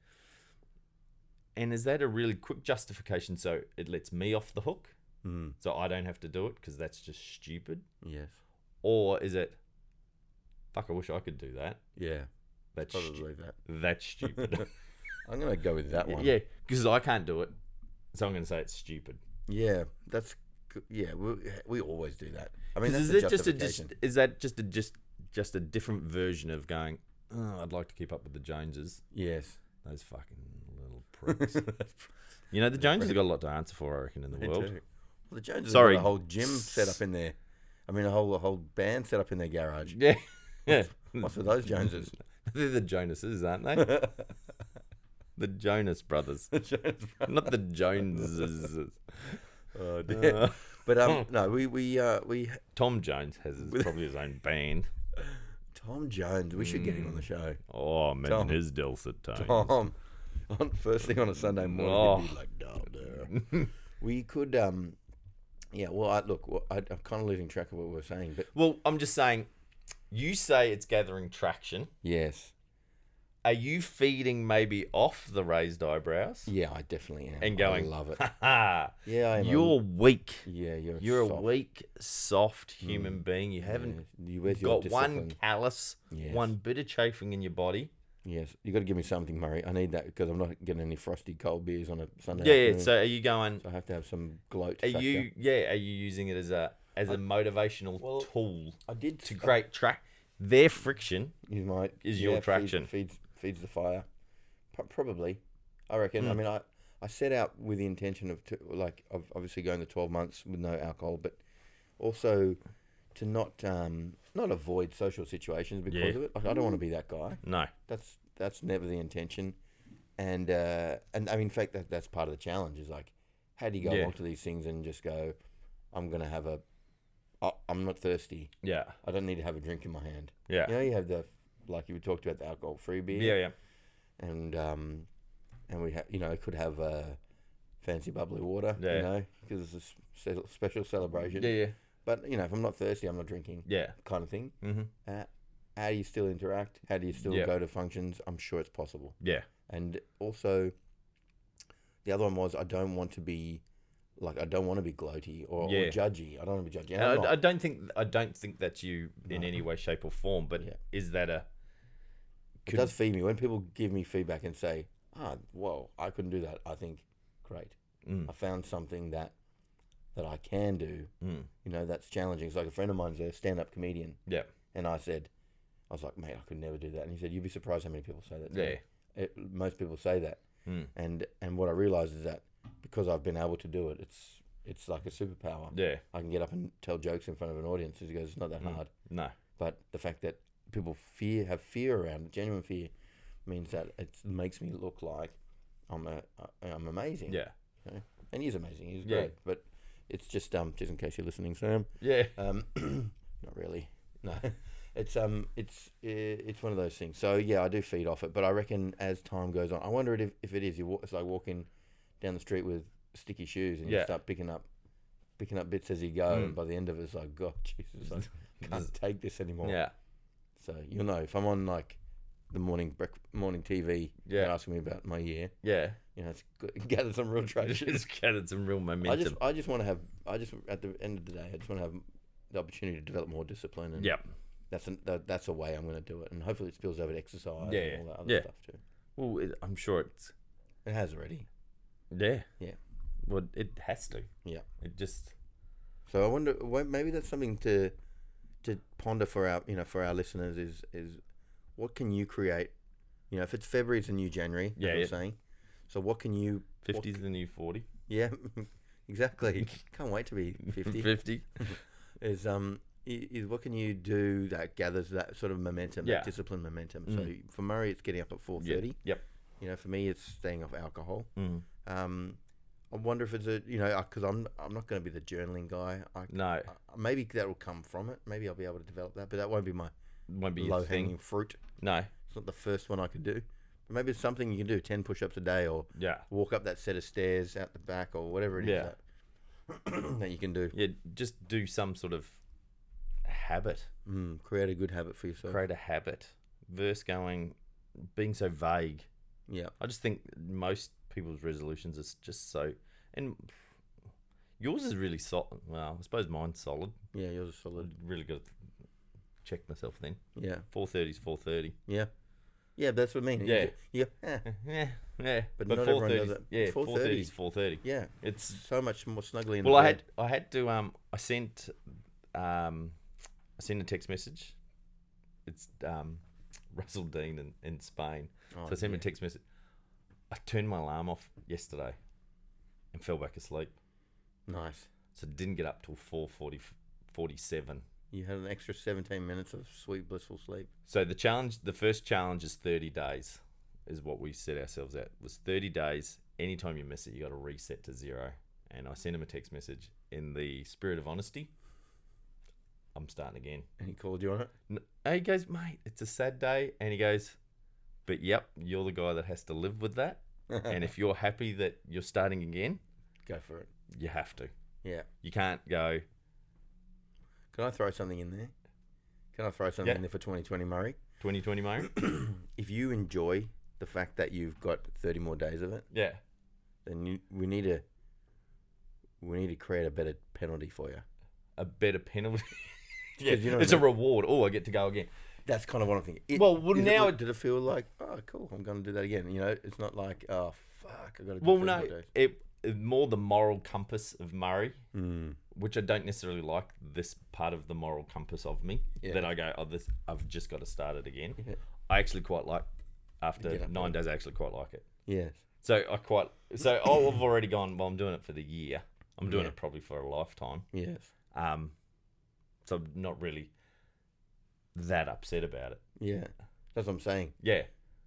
B: And is that a really quick justification so it lets me off the hook?
A: Mm.
B: So I don't have to do it because that's just stupid?
A: Yes.
B: Or is it, fuck, I wish I could do that?
A: Yeah.
B: That's, stu-
A: Probably that.
B: that's stupid.
A: I'm gonna go with that one.
B: yeah, because I can't do it. So I'm going to say it's stupid.
A: Yeah. That's. good. Yeah. We, we always do that. I mean,
B: 'Cause
A: that's
B: is
A: the
B: it just a just
A: justification.
B: is that just a just just a different version of going? Oh, I'd like to keep up with the Joneses.
A: Yes.
B: Those fucking little pricks. you know the Joneses have got a lot to answer for, I reckon, in the
A: They
B: world.
A: do. Well, the Joneses Sorry.
B: Sorry.
A: got a whole gym set up in there. I mean, a whole a whole band set up in their garage.
B: Yeah, yeah.
A: What's with those Joneses?
B: They're the Jonases, aren't they? the Jonas brothers, not the Joneses. Uh,
A: oh, dear.
B: Uh-huh.
A: but um, no, we we uh, we
B: Tom Jones has his, probably his own band.
A: Tom Jones. We should get him on the show.
B: Oh man,
A: Tom.
B: his dulcet tones.
A: Tom, on first thing on a Sunday morning,
B: Oh.
A: he'd be like, "Down there." we could um, yeah. Well, I, look, well, I, I'm kind of losing track of what we were saying, but
B: Well, I'm just saying. You say it's gathering traction.
A: yes,
B: Are you feeding maybe off the raised eyebrows?
A: yeah, I definitely am.
B: and going,
A: I love it.
B: "Ha ha,
A: Yeah, I am. a-
B: you're weak.
A: yeah, you're
B: You're a
A: soft. Mm.
B: weak, soft human being. You
A: Yeah,
B: haven't
A: you- where's your
B: got one
A: discipline?
B: callus,
A: Yes.
B: one bit of chafing in your body.
A: Yes, you got to give me something, Murray. I need that because I'm not getting any frosty cold beers on a Sunday.
B: Yeah, yeah.
A: afternoon.
B: So are you going?
A: I have to have some gloat.
B: Are
A: Mm. factor.
B: you? Yeah. Are you using it as a as a motivational tool
A: I did
B: to create track? Their friction.
A: Is my
B: Is your
A: feeds-
B: traction.
A: feeds, feeds the fire? P- probably, I reckon.
B: Hmm.
A: I mean, I I set out with the intention of to, like of obviously going the twelve months with no alcohol, but also to not um not avoid social situations because
B: Yeah.
A: of it. Like, I don't want to be that guy.
B: No.
A: That's that's never the intention, and uh, and I mean, in fact, that that's part of the challenge. Is like, how do you go
B: Yeah.
A: along to these things and just go, I'm gonna have a, I, I'm not thirsty.
B: Yeah.
A: I don't need to have a drink in my hand.
B: Yeah.
A: You know, you have the like you talked about the alcohol free beer,
B: Yeah. Yeah.
A: and um, and we ha- you know could have uh, fancy bubbly water,
B: Yeah.
A: you know, because it's a s- se- special celebration.
B: Yeah. Yeah.
A: But you know, if I'm not thirsty, I'm not drinking,
B: Yeah.
A: kind of thing.
B: Mm-hmm.
A: Uh, how do you still interact? How do you still
B: Yeah.
A: go to functions? I'm sure it's possible.
B: Yeah.
A: And also, the other one was I don't want to be like I don't want to be gloaty or,
B: Yeah.
A: or judgy. I don't want to be judgy. And I'm
B: And I, I
A: not.
B: don't think I don't think that's you in any way, shape, or form. But
A: Yeah.
B: is that a
A: it does feed me when people give me feedback and say, "Ah, whoa, I couldn't do that." I think, great,
B: Mm.
A: I found something that that I can do.
B: Mm.
A: You know, that's challenging. It's like a friend of mine's a stand-up comedian,
B: yeah,
A: and I said, I was like, "Mate, I could never do that." And he said, "You'd be surprised how many people say that." to me."
B: yeah,
A: It, most people say that,
B: Mm.
A: and and what I realized is that because I've been able to do it, it's it's like a superpower.
B: yeah?
A: I can get up and tell jokes in front of an audience. He goes, "It's not that
B: Hmm.
A: hard."
B: No,
A: but the fact that people fear have fear around it, genuine fear means that it makes me look like I'm a uh, I'm amazing.
B: yeah,
A: and he's amazing. He's
B: Yeah.
A: great, but it's just um just in case you're listening, Sam.
B: yeah,
A: Um, not really. No, it's um it's uh, it's one of those things. So yeah, I do feed off it, but I reckon as time goes on, I wonder if if it is. You walk, it's like walking down the street with sticky shoes, and you
B: Yeah. Mm.
A: start picking up. Picking up bits as you go, and by the end of it, it's like, God, Jesus, I can't take this anymore.
B: yeah,
A: So you'll know if I'm on like the morning brec- morning TV,
B: Yeah.
A: and asking me about my year.
B: yeah.
A: You know, it's good. gather some real traction.
B: It's gathered some real
A: I
B: momentum.
A: just, I just want to have, I just at the end of the day, I just want to have the opportunity to develop more discipline, and
B: yeah,
A: that's an, that, that's a way I'm going to do it, and hopefully it spills over to exercise
B: Yeah,
A: and all that other
B: yeah.
A: stuff too.
B: well, it, I'm sure it's
A: It has already.
B: yeah,
A: Yeah.
B: Well, it has to.
A: Yeah.
B: It just
A: So I wonder, wh- maybe that's something to to ponder for our, you know, for our listeners is is what can you create? You know, if it's February, it's a new January.
B: Yeah,
A: Yeah, you're
B: yeah.
A: saying. So what can you what
B: fifty's the new forty.
A: Yeah, exactly. Can't wait to be 50.
B: Fifty.
A: is um i- is what can you do that gathers that sort of momentum,
B: Yeah. Mm.
A: that discipline momentum. So for Murray, it's getting up at four
B: Yeah.
A: thirty.
B: Yep.
A: You know, for me, it's staying off alcohol.
B: Mm.
A: Um, I wonder if it's a you know because I'm I'm not going to be the journaling guy. I,
B: No,
A: I- maybe that will come from it. Maybe I'll be able to develop that, but that won't be my
B: won't be your
A: low
B: thing.
A: hanging fruit.
B: No,
A: It's not the first one I could do. But maybe it's something you can do: ten push-ups a day, or
B: yeah,
A: walk up that set of stairs out the back, or whatever it is
B: Yeah.
A: that, that you can do.
B: yeah. Just do some sort of habit.
A: Mm, create a good habit for yourself.
B: Create a habit. Verse going, being so vague.
A: yeah,
B: I just think most people's resolutions is just so, and yours is really solid. Well, I suppose mine's solid.
A: yeah, yours are
B: I
A: solid.
B: really got to check myself then.
A: Yeah,
B: Four thirty is four thirty.
A: yeah, yeah. That's what I mean.
B: Yeah.
A: yeah, yeah.
B: Yeah, yeah.
A: But not everyone does
B: 4:30
A: it.
B: Yeah,
A: 4:30.
B: four thirty is four thirty.
A: yeah.
B: It's
A: So much more snuggly. In
B: well,
A: the
B: I had
A: bed.
B: I had to um I sent um I sent a text message. It's um Russell Dean in, in Spain.
A: Oh,
B: so I sent him
A: yeah.
B: a text message. I turned my alarm off yesterday, and fell back asleep.
A: nice.
B: So didn't get up till 4:40 47.
A: You had an extra 17 minutes of sweet, blissful sleep.
B: So the challenge, the first challenge is 30 days, is what we set ourselves at. Was 30 days. Anytime you miss it, you got to reset to zero. And I sent him a text message in the spirit of honesty. I'm starting again.
A: And he called you on it?
B: N- And he goes, mate, it's a sad day. And he goes, but yep, you're the guy that has to live with that.
A: Uh-huh.
B: and if you're happy that you're starting again,
A: Go for it.
B: you have to.
A: Yeah.
B: You can't go.
A: Can I throw something in there? Can I throw something
B: Yeah.
A: in there for 2020, Murray?
B: 2020 Murray?
A: If you enjoy the fact that you've got 30 more days of it,
B: yeah.
A: then you, we need to we need to create a better penalty for you.
B: A better penalty. yeah.
A: 'Cause you know what I
B: it's
A: mean.
B: a reward. Oh, I get to go again.
A: That's kind of what I'm thinking. It-
B: Well, well,
A: is
B: now
A: it,
B: it-
A: did it feel like oh cool, I'm going to do that again? You know, it's not like oh fuck, I got to do
B: Well,
A: 30
B: no,
A: more days.
B: it, it more the moral compass of Murray,
A: Mm.
B: which I don't necessarily like this part of the moral compass of me.
A: Yeah.
B: That I go, oh, this I've just got to start it again.
A: Yeah.
B: I actually quite like
A: Get
B: after
A: up
B: nine days. I actually quite like it.
A: Yes.
B: So I quite so oh, I've already gone. Well, I'm doing it for the year. I'm doing
A: Yeah.
B: it probably for a lifetime.
A: Yes.
B: Um, so I'm not really that upset about it.
A: Yeah. That's what I'm saying.
B: Yeah,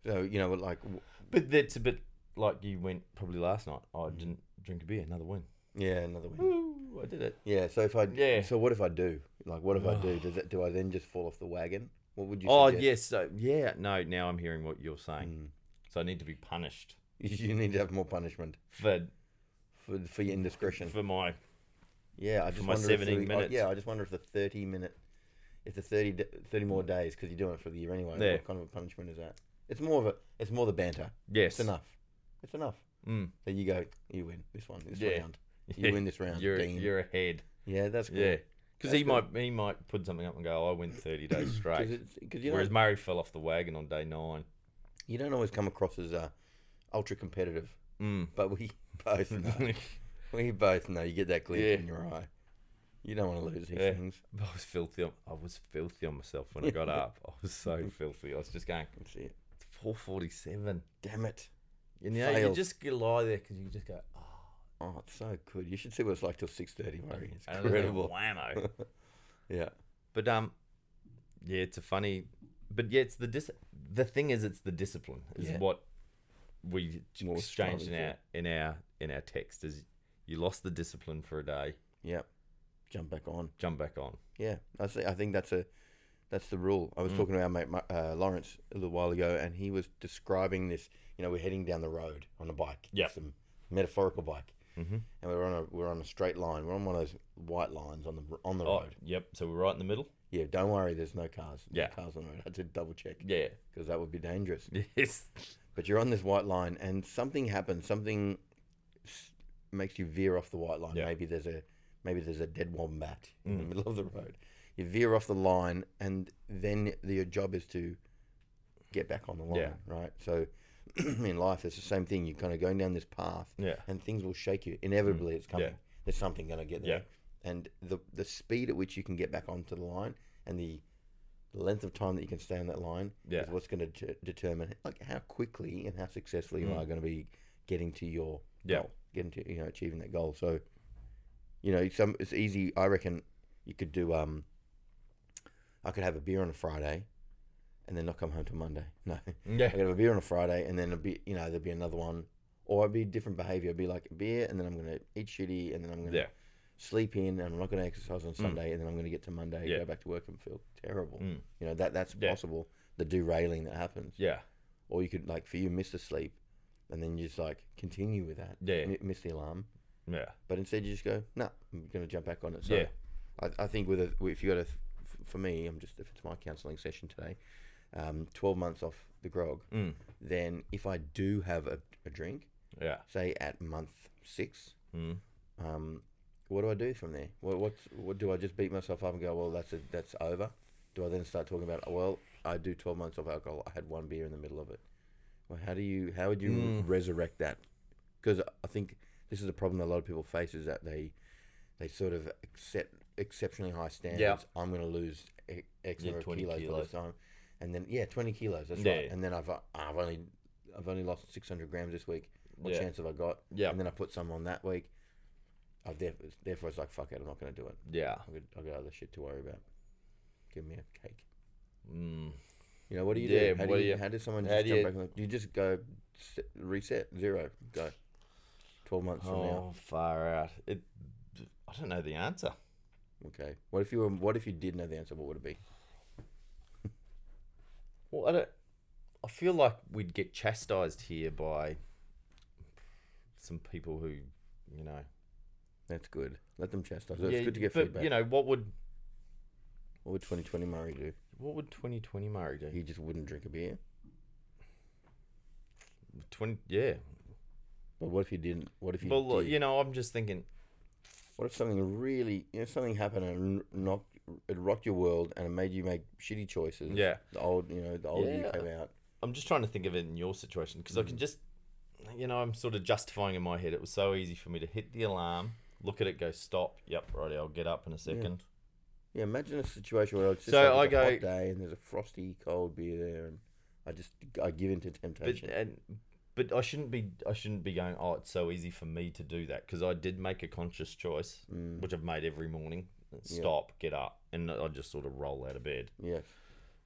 A: So you know, like w-
B: but that's a bit like you went probably last night. Oh, I
A: Mm.
B: didn't drink a beer. Another win.
A: yeah, another win.
B: Woo! I did it.
A: Yeah. So if I
B: Yeah.
A: So what if I do? Like, what if I do? Does it? Do I then just fall off the wagon? What would you? Mm.
B: Oh
A: suggest? Hmm.
B: yes, so yeah, no. Now I'm hearing what you're saying. So I need to be punished
A: You need to have more punishment
B: for
A: for for your indiscretion.
B: for my
A: Yeah, I just
B: my
A: wonder if
B: 17
A: the- I-
B: minutes.
A: yeah, I just wonder if the thirty minute, if the 30, d- 30 more days because you're doing it for the year anyway.
B: Yeah.
A: What kind of a punishment is that? It's more of a. It's more the banter.
B: yes.
A: It's enough. It's enough.
B: Mm.
A: That you go. You win this one. This
B: Yeah.
A: round. You
B: Yeah.
A: win this round.
B: You're
A: Dean.
B: you're ahead.
A: yeah, that's cool.
B: Yeah, because he
A: That's good.
B: might he might put something up and go, I went 30 days straight.
A: Because you know
B: Whereas Murray fell off the wagon on day nine.
A: you don't always come across as uh, ultra competitive,
B: Mm.
A: but we both know. We both know you get that glint
B: Yeah.
A: in your eye. You don't want to lose these
B: Yeah.
A: things.
B: I was filthy. On, I was filthy on myself when I got up. I was so filthy. I was just going
A: That's it.
B: it's 447.
A: Damn it.
B: You know, you
A: Failed.
B: just lie there because you just go. Oh,
A: Oh, it's so good. You should see what it's like till six thirty, Murray. It's
B: and I was like,
A: incredible.
B: Whammo.
A: Yeah.
B: But um, yeah, it's a funny, but yeah, it's the dis. The thing is, it's the discipline is
A: Yeah.
B: what we
A: What we're
B: exchanged in
A: striving
B: our in our in our text is you lost the discipline for a day,
A: Yeah. Jump back on.
B: jump back on.
A: Yeah. I see. I think that's a that's the rule.
B: Mm.
A: I was talking to our mate Mu- uh, Lawrence a little while ago, and he was describing this. You know, we're heading down the road on a bike.
B: Yeah.
A: Some metaphorical bike,
B: Mm-hmm.
A: and we're on a we're on a straight line. We're on one of those white lines on the on the
B: Oh,
A: road.
B: yep. So we're right in the middle.
A: Yeah. Don't worry. There's no cars. No
B: Yeah.
A: Cars on the road. I had to double check
B: Yeah.
A: because that would be dangerous.
B: Yes.
A: but you're on this white line and something happens something s- makes you veer off the white line
B: Yeah. Mm.
A: maybe there's a maybe there's a dead wombat in the middle of the road you veer off the line and then the, your job is to get back on the line
B: Yeah.
A: right so in life it's the same thing you're kind of going down this path
B: Yeah. Mm.
A: and things will shake you inevitably it's coming
B: Yeah.
A: there's something going to get there and the the speed at which you can get back onto the line and the the length of time that you can stay on that line
B: Yeah.
A: is what's going to de- determine like how quickly and how successfully you
B: Mm.
A: are going to be getting to your
B: Yeah.
A: goal, getting to you know achieving that goal. So, you know, some it's easy. I reckon you could do. Um, I could have a beer on a Friday, and then not come home till Monday. No, I
B: Yeah.
A: could have a beer on a Friday, and then a bit. You know, there'd be another one, or I'd be different behavior. I'd be like beer, and then I'm gonna eat shitty, and then I'm gonna
B: Yeah. Mm.
A: sleep in, and I'm not gonna exercise on Sunday, and then I'm gonna get to Monday,
B: Yeah.
A: go back to work, and feel terrible.
B: Mm.
A: You know that that's
B: Yeah.
A: possible. The derailing that happens,
B: Yeah.
A: or you could like for you miss the sleep, and then you just like continue with that.
B: Yeah.
A: mi- miss the alarm,
B: Yeah.
A: but instead you just go, no, I'm gonna jump back on it. So
B: Yeah.
A: I, I think with a if you got a f- for me, I'm just if it's my counselling session today, um, 12 months off the grog,
B: Mm.
A: then if I do have a, a drink,
B: Yeah.
A: say at month six,
B: Mm.
A: um, what do I do from there? What what's, what do I just beat myself up and go, well, that's a, that's over? Do I then start talking about, well, I do twelve months of alcohol. I had one beer in the middle of it. Well, how do you how would you
B: Mm.
A: resurrect that? Because I think this is a problem that a lot of people face is that they they sort of accept exceptionally high standards. I'm going to lose e- X
B: Yeah,
A: number of
B: 20
A: kilos, by
B: kilos.
A: this time, and then yeah, twenty kilos. That's
B: Yeah,
A: right.
B: yeah.
A: And then I've uh, I've only I've only lost six hundred grams this week. What
B: Yeah.
A: chance have I got?
B: Yeah.
A: And then I put some on that week. I've def- therefore, it's like, fuck it, I'm not going to do it.
B: Yeah.
A: I've got, I've got other shit to worry about. Give me a cake.
B: Mm.
A: You know, what do you
B: Yeah,
A: do? How
B: what
A: do
B: do
A: you,
B: you-
A: how does someone
B: how
A: just
B: do
A: jump
B: you-
A: back on the, You just go set, reset, zero, go. 12 months from now.
B: Oh, far out. It. I don't know the answer.
A: Okay. What if you were, what if you did know the answer? What would it be?
B: Well, I don't. I feel like we'd get chastised here by some people who, you know.
A: That's good. Let them chastise. us. it's good to get
B: but
A: feedback.
B: you know what would
A: what would 2020 Murray do?
B: what would 2020 Murray do?
A: He just wouldn't drink a beer.
B: 20 yeah.
A: But what if he didn't? What if he
B: Well,
A: did?
B: you know, I'm just thinking.
A: What if something really, you know, something happened and knocked, it rocked your world and it made you make shitty choices?
B: Yeah.
A: The old, you know, the old you
B: Yeah.
A: came out.
B: I'm just trying to think of it in your situation because I
A: Mm.
B: can just, you know, I'm sort of justifying in my head. It was so easy for me to hit the alarm, look at it, go stop. Yep, righty, I'll get up in a second.
A: Yeah, imagine a situation where it's just
B: So
A: like it's
B: I
A: a
B: go-
A: hot day and there's a frosty cold beer there, and I just I give in to
B: But
A: temptation.
B: and but I shouldn't be I shouldn't be going. Oh, it's so easy for me to do that because I did make a conscious choice,
A: Mm.
B: which I've made every morning. Stop, get up, and I just sort of roll out of bed.
A: yes,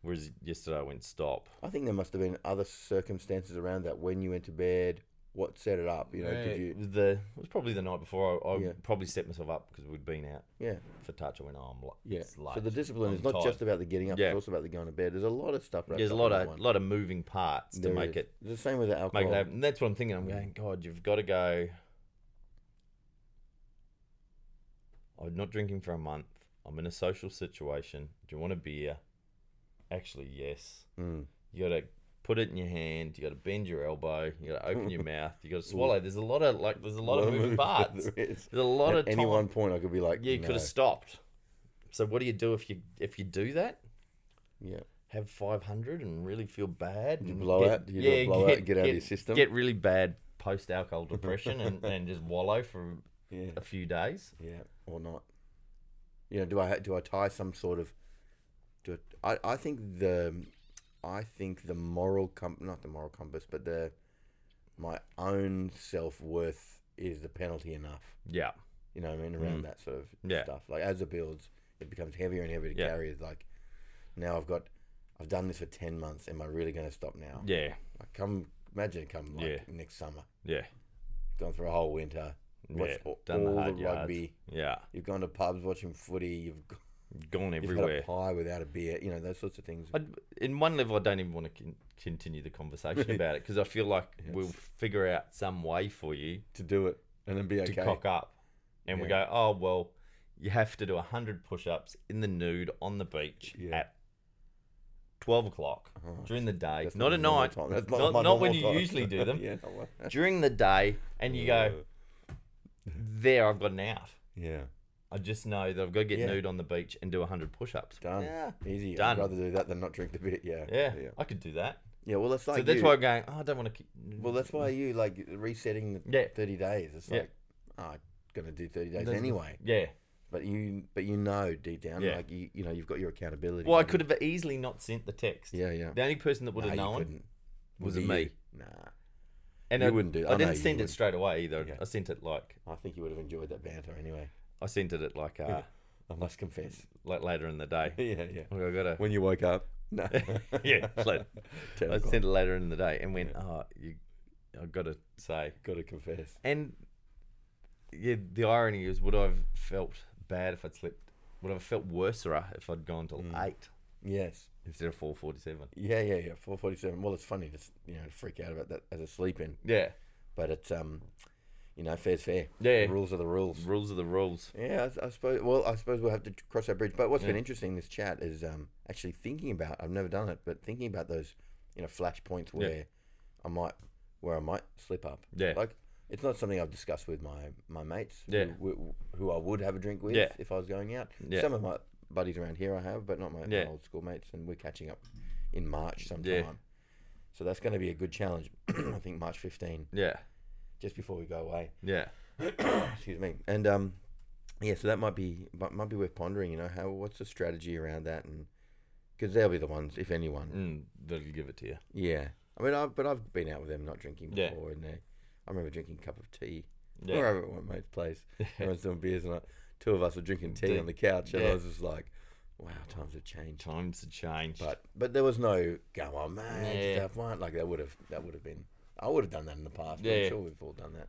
B: Whereas yesterday I went stop.
A: I think there must have been other circumstances around that when you went to bed. What set it up? You know, did
B: It
A: you?
B: was the it was probably the night before. I, I
A: Yeah.
B: probably set myself up because we'd been out
A: Yeah,
B: for touch. I went, oh, I'm li-
A: yeah.
B: it's late.
A: So the discipline
B: I'm
A: is not
B: tired.
A: just about the getting up;
B: Yeah.
A: it's also about the going to bed. There's a lot of stuff. wrapped
B: There's a
A: up
B: lot
A: in that
B: of
A: one.
B: lot of moving parts
A: There
B: to make
A: is.
B: it
A: It's the same with the alcohol.
B: make it happen. And that's what I'm thinking. I'm going, God, you've got to go. I'm not drinking for a month. I'm in a social situation. Do you want a beer? Actually, yes.
A: Mm.
B: You got to put it in your hand. You got to bend your elbow. You got to open your mouth. You got to swallow. There's a lot of like. There's a lot of moving parts. There's
A: There is.
B: a lot
A: At
B: of
A: any
B: time.
A: one point, I could be like,
B: Yeah, you
A: no.
B: could have stopped. So what do you do if you if you do that?
A: Yeah.
B: Have five hundred and really feel bad.
A: you
B: and
A: blow out? Do you do a blowout, get out of your system?
B: Get really bad post alcohol depression and, and just wallow for
A: Yeah.
B: a few days.
A: Yeah, or not. You know, do I do I tie some sort of? Do I, I think the, I think the moral comp not the moral compass, but the, my own self worth is the penalty enough.
B: Yeah,
A: You know what I mean around that sort of
B: Mm. Yeah.
A: stuff. Like as it builds, it becomes heavier and heavier to
B: Yeah.
A: carry. It's like, now I've got, I've done this for ten months. Am I really going to stop now?
B: yeah,
A: Like come imagine come like
B: Yeah.
A: next summer,
B: yeah,
A: gone through a whole winter.
B: yeah.
A: Watched all,
B: Done the
A: all
B: hard
A: the
B: yards.
A: rugby.
B: Yeah,
A: You've gone to pubs watching footy. You've g-
B: gone
A: you've
B: everywhere.
A: had a pie without a beer. You know those sorts of things.
B: I, in one level, I don't even want to con- continue the conversation about it because I feel like we'll figure out some way for you
A: to do it and then be okay.
B: to cock up. And we go, oh, well, you have to do 100 push ups in the nude on the beach
A: Yeah.
B: at 12 o'clock during the day.
A: Oh, That's
B: not,
A: my
B: at
A: normal
B: night.
A: time.
B: Not,
A: That's
B: not,
A: my
B: when
A: normal
B: you
A: time.
B: usually do them.
A: yeah. not what-
B: During the day, and you go, there, I've got an out.
A: yeah.
B: I just know that I've got to get
A: Yeah.
B: nude on the beach and do 100 push ups.
A: Done.
B: Yeah.
A: Easy.
B: Done.
A: I'd rather do that than not drink the beer. Yeah.
B: Yeah,
A: Yeah.
B: I could do that.
A: Yeah, well, that's like
B: so that's
A: you.
B: why I'm going, oh, I don't want to keep.
A: Well, that's why you like resetting the
B: Yeah.
A: thirty days. It's
B: Yeah.
A: like oh, I'm gonna do thirty days
B: That's-
A: anyway.
B: Yeah.
A: But you, but you know deep down,
B: Yeah.
A: like you, you know, you've got your accountability.
B: Well, I
A: buddy.
B: could have easily not sent the text.
A: Yeah, yeah.
B: The only person that would
A: Nah,
B: have
A: you
B: known
A: couldn't.
B: was
A: Would
B: it
A: be
B: me.
A: you. Nah.
B: And
A: You
B: I,
A: wouldn't do-
B: I
A: I know
B: didn't
A: you
B: send it
A: wouldn't.
B: straight away either.
A: Yeah.
B: I sent it like
A: I think you would have enjoyed that banter anyway.
B: I sent it at like uh,
A: I must confess.
B: like later in the day.
A: yeah, yeah.
B: Like I got
A: When you woke up? No.
B: to yeah. Like, I sent it later in the day and went. Oh, you I've got to say.
A: Got to confess.
B: And yeah, the irony is, would I have felt bad if I'd slept? Would I have felt worser if I'd gone till
A: Mm.
B: eight
A: Yes.
B: instead of four forty-seven?
A: Yeah, yeah, yeah. Four forty-seven. Well, it's funny to s- you know to freak out about that as a sleep-in,
B: Yeah,
A: but it's um, you know, fair's fair.
B: Yeah.
A: The rules are the rules.
B: rules are the rules.
A: Yeah, I, I suppose. Well, I suppose we'll have to t- cross that bridge. But what's been
B: Yeah.
A: interesting this chat is um, actually thinking about. I've never done it, but thinking about those, you know, flash points where I might, where I might slip up.
B: Yeah.
A: Like it's not something I've discussed with my my mates.
B: Yeah.
A: Who, who, who I would have a drink with
B: Yeah.
A: if I was going out.
B: Yeah.
A: Some of my buddies around here I have, but not my, my
B: Yeah.
A: old school mates. And we're catching up in March sometime. So that's going to be a good challenge. I think March 15,
B: Yeah,
A: just before we go away
B: yeah,
A: excuse me and um yeah so that might be but might be worth pondering you know how what's the strategy around that and because they'll be the ones if anyone
B: mm, they'll give it to you.
A: yeah i mean i've but i've been out with them not drinking
B: Yeah.
A: before and they i remember drinking a cup of tea
B: Yeah.
A: or over at one mate's place everyone's doing beers and I, two of us were drinking tea
B: Tea.
A: on the couch and
B: Yeah.
A: i was just like wow times have changed
B: Times have changed.
A: but but there was no go on man
B: Yeah.
A: stuff weren't like that would have that would have been i would have done that in the past
B: Yeah.
A: i'm sure we've all done that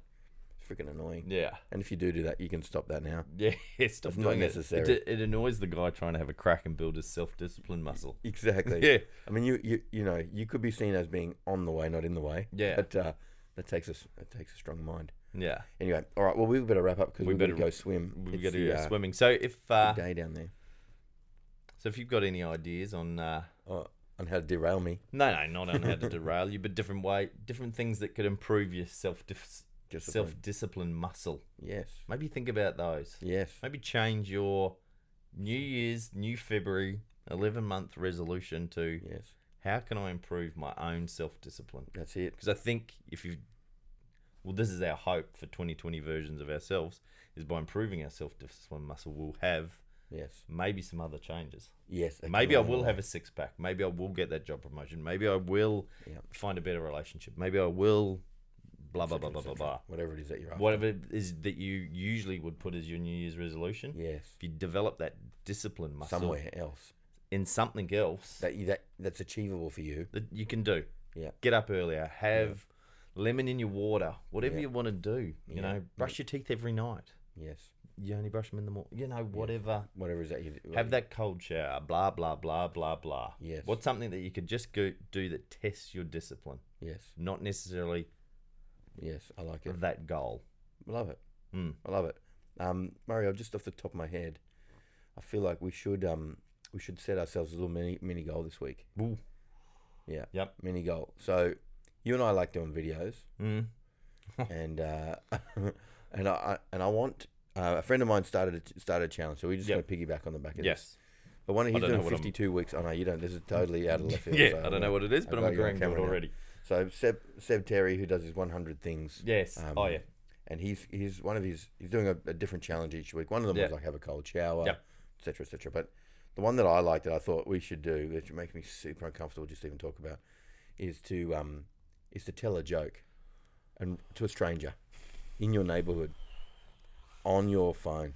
A: it's freaking annoying
B: yeah,
A: and if you do do that you can stop that now
B: yeah, stop
A: It's not
B: doing it.
A: necessary.
B: It, it annoys the guy trying to have a crack and build his self-discipline muscle.
A: Exactly.
B: Yeah.
A: I mean, you, you you know, you could be seen as being on the way, not in the way.
B: Yeah.
A: But uh, that takes us. That takes a strong mind.
B: Yeah,
A: Anyway, all right. Well, we better wrap up because
B: We
A: we, better
B: better-
A: go swim.
B: we've
A: It's
B: got to
A: the,
B: go
A: uh,
B: swimming. So if uh,
A: big day down there.
B: so, if you've got any ideas on uh,
A: Oh, on how to derail me.
B: No, no, not on how to derail you, but different way, different things that could improve your self dis-
A: Discipline.
B: self discipline muscle.
A: Yes.
B: Maybe think about those.
A: Yes.
B: Maybe change your New Year's, New February, eleven month resolution to
A: Yes.
B: how can I improve my own self discipline?
A: That's it.
B: Because I think if you, well, this is our hope for twenty twenty versions of ourselves is by improving our self discipline muscle, we'll have
A: Yes.
B: maybe some other changes.
A: Yes. that
B: Maybe
A: goes a
B: I
A: long
B: will
A: way.
B: have a six pack. Maybe I will get that job promotion. Maybe I will
A: Yeah.
B: find a better relationship. Maybe I will blah blah blah blah blah blah.
A: Whatever it is that you're after.
B: Whatever it is that you usually would put as your New Year's resolution.
A: Yes.
B: If you develop that discipline muscle
A: Somewhere else
B: in something else that,
A: that you, that that's achievable for you.
B: you can do.
A: Yeah.
B: Get up earlier. Have lemon in your water. Whatever
A: Yeah.
B: you want to do. You
A: Yeah.
B: know, brush your teeth every night.
A: Yes.
B: You only brush them in the morning. You know, whatever.
A: Whatever it is that you
B: Have that cold shower, blah blah blah blah blah.
A: Yes.
B: What's something that you could just go do that tests your discipline,
A: Yes.
B: not necessarily
A: Yes. I like it.
B: that goal.
A: Love it.
B: Mm.
A: I love it. Um, Mario, just off the top of my head, I feel like we should um, we should set ourselves a little mini mini goal this week.
B: Ooh.
A: Yeah.
B: Yep.
A: Mini goal. So you and I like doing videos,
B: Mm.
A: and uh, and I, I and I want uh, a friend of mine started a, started a challenge, so we just
B: Yep.
A: going to piggyback on the back of this.
B: Yes.
A: But one of
B: I
A: he's
B: don't know
A: doing
B: what I'm-
A: fifty two weeks. I know you don't. This is totally out of left field.
B: Yeah.
A: so
B: I don't know what it is, but
A: I've
B: I'm
A: got you on
B: agreeing to it
A: camera now.
B: already.
A: So Seb Seb Terry, who does his one hundred things.
B: Yes.
A: Um,
B: oh yeah.
A: And he's he's one of his he's doing a, a different challenge each week. One of them
B: Yeah.
A: was like have a cold shower,
B: Yeah.
A: et cetera, et cetera. But the one that I like that I thought we should do, which makes me super uncomfortable just to even talk about, is to um is to tell a joke and to a stranger in your neighborhood on your phone.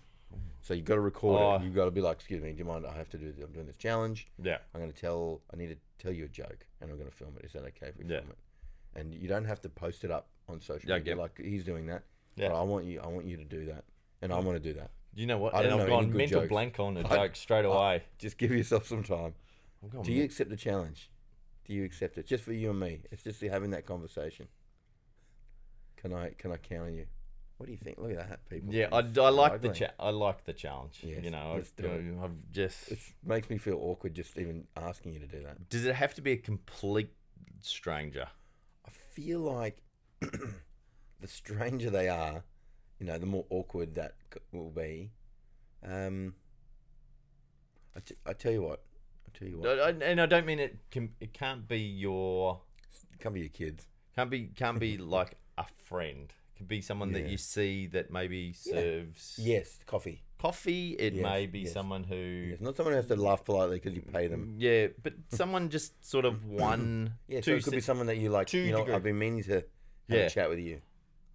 A: So you've got to record
B: Oh.
A: it. You've got to be like, excuse me, do you mind? I have to do. I'm doing this challenge.
B: Yeah.
A: I'm going to tell. I need to tell you a joke, and I'm going to film it. Is that okay if we
B: Yeah.
A: film it? And you don't have to post it up on social
B: Yeah, I
A: media
B: get it.
A: like he's doing that.
B: Yeah. Mm.
A: But I want you. I want you to do that, and I want to do that.
B: You know what?
A: I
B: and
A: don't
B: I've
A: know any
B: gone
A: good
B: mental
A: jokes.
B: blank on a
A: I-
B: joke straight away.
A: Just give yourself some time.
B: I'm going
A: Do you accept the challenge? Do you accept it? Just for you and me. It's just having that conversation. Can I? Can I count on you? What do you think? Look at that, people.
B: yeah, I,
A: It's
B: I like the
A: ugly.
B: cha- I like the challenge.
A: Yes,
B: you know,
A: let's
B: I've,
A: do it.
B: I've just.
A: It makes me feel awkward just even asking you to do that.
B: Does it have to be a complete stranger?
A: I feel like the stranger they are, you know, the more awkward that c- will be. Um, I, t- I tell you what, I tell you
B: I,
A: what,
B: I, and I don't mean it. Can, it can't be your.
A: come to your kids.
B: Can't be can't be like a friend. Can be someone that
A: Yeah.
B: you see that maybe serves
A: Yes, coffee.
B: coffee. It
A: Yes,
B: may be
A: yes.
B: someone who
A: It's not someone who has to laugh politely because you pay them.
B: yeah, but someone just sort of one
A: Yeah, so
B: two.
A: it could be
B: sit-
A: someone that you like.
B: two
A: you know,
B: degree-
A: I've been meaning to have
B: Yeah.
A: a chat with you.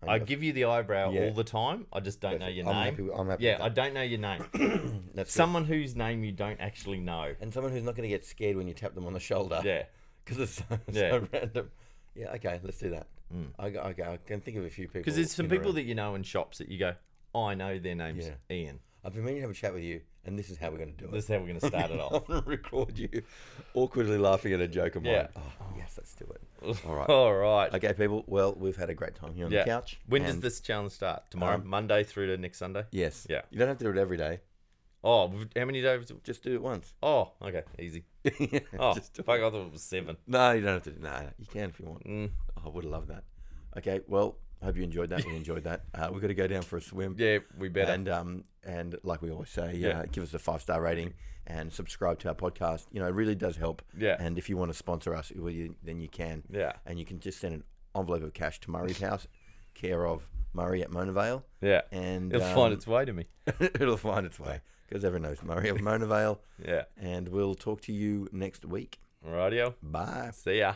B: I give you the eyebrow
A: Yeah.
B: all the time. I just don't know your
A: I'm
B: name.
A: Happy with, I'm happy.
B: yeah, I
A: with
B: don't know your name.
A: that. That's good.
B: someone whose name you don't actually know.
A: and someone who's not going to get scared when you tap them on the shoulder.
B: Yeah,
A: because it's so,
B: Yeah.
A: so random. Yeah, okay, let's do that. I, g- okay, I can think of a few people.
B: Because there's some
A: in a
B: people
A: row.
B: that you know in shops that you go, oh, I know their name's
A: Yeah.
B: Ian.
A: I've been meaning to have a chat with you, and this is how we're going to do it.
B: This is how we're going to start it
A: I'm
B: off.
A: going to record you awkwardly laughing at a joke of mine.
B: Yeah.
A: Oh, yes, let's do it. All right.
B: All right.
A: Okay, people. Well, we've had a great time here on
B: yeah.
A: the couch.
B: When does
A: and-
B: this challenge start? Tomorrow,
A: Um,
B: Monday through to next Sunday.
A: Yes.
B: Yeah.
A: You don't have to do it every day.
B: Oh, we've- how many days?
A: Just do it once.
B: Oh, okay, easy. Oh,
A: Just do
B: fuck, I thought it was seven.
A: No, you don't have to. do- No, you can if you want.
B: Mm.
A: Oh, I would have loved that. Okay, well, hope you enjoyed that. We enjoyed that. Uh, we've got to go down for a swim.
B: Yeah, we better.
A: And um, and like we always say,
B: Yeah.
A: uh, give us a five star rating and subscribe to our podcast. You know, it really does help.
B: Yeah.
A: And if you want to sponsor us, well, you, then you can.
B: Yeah.
A: And you can just send an envelope of cash to Murray's house, care of Murray at Mona Vale,
B: yeah,
A: and
B: it'll
A: um,
B: find its way to me.
A: it'll find its way because everyone knows Murray of Mona Vale.
B: Yeah.
A: And we'll talk to you next week.
B: Rightio.
A: Bye.
B: See ya.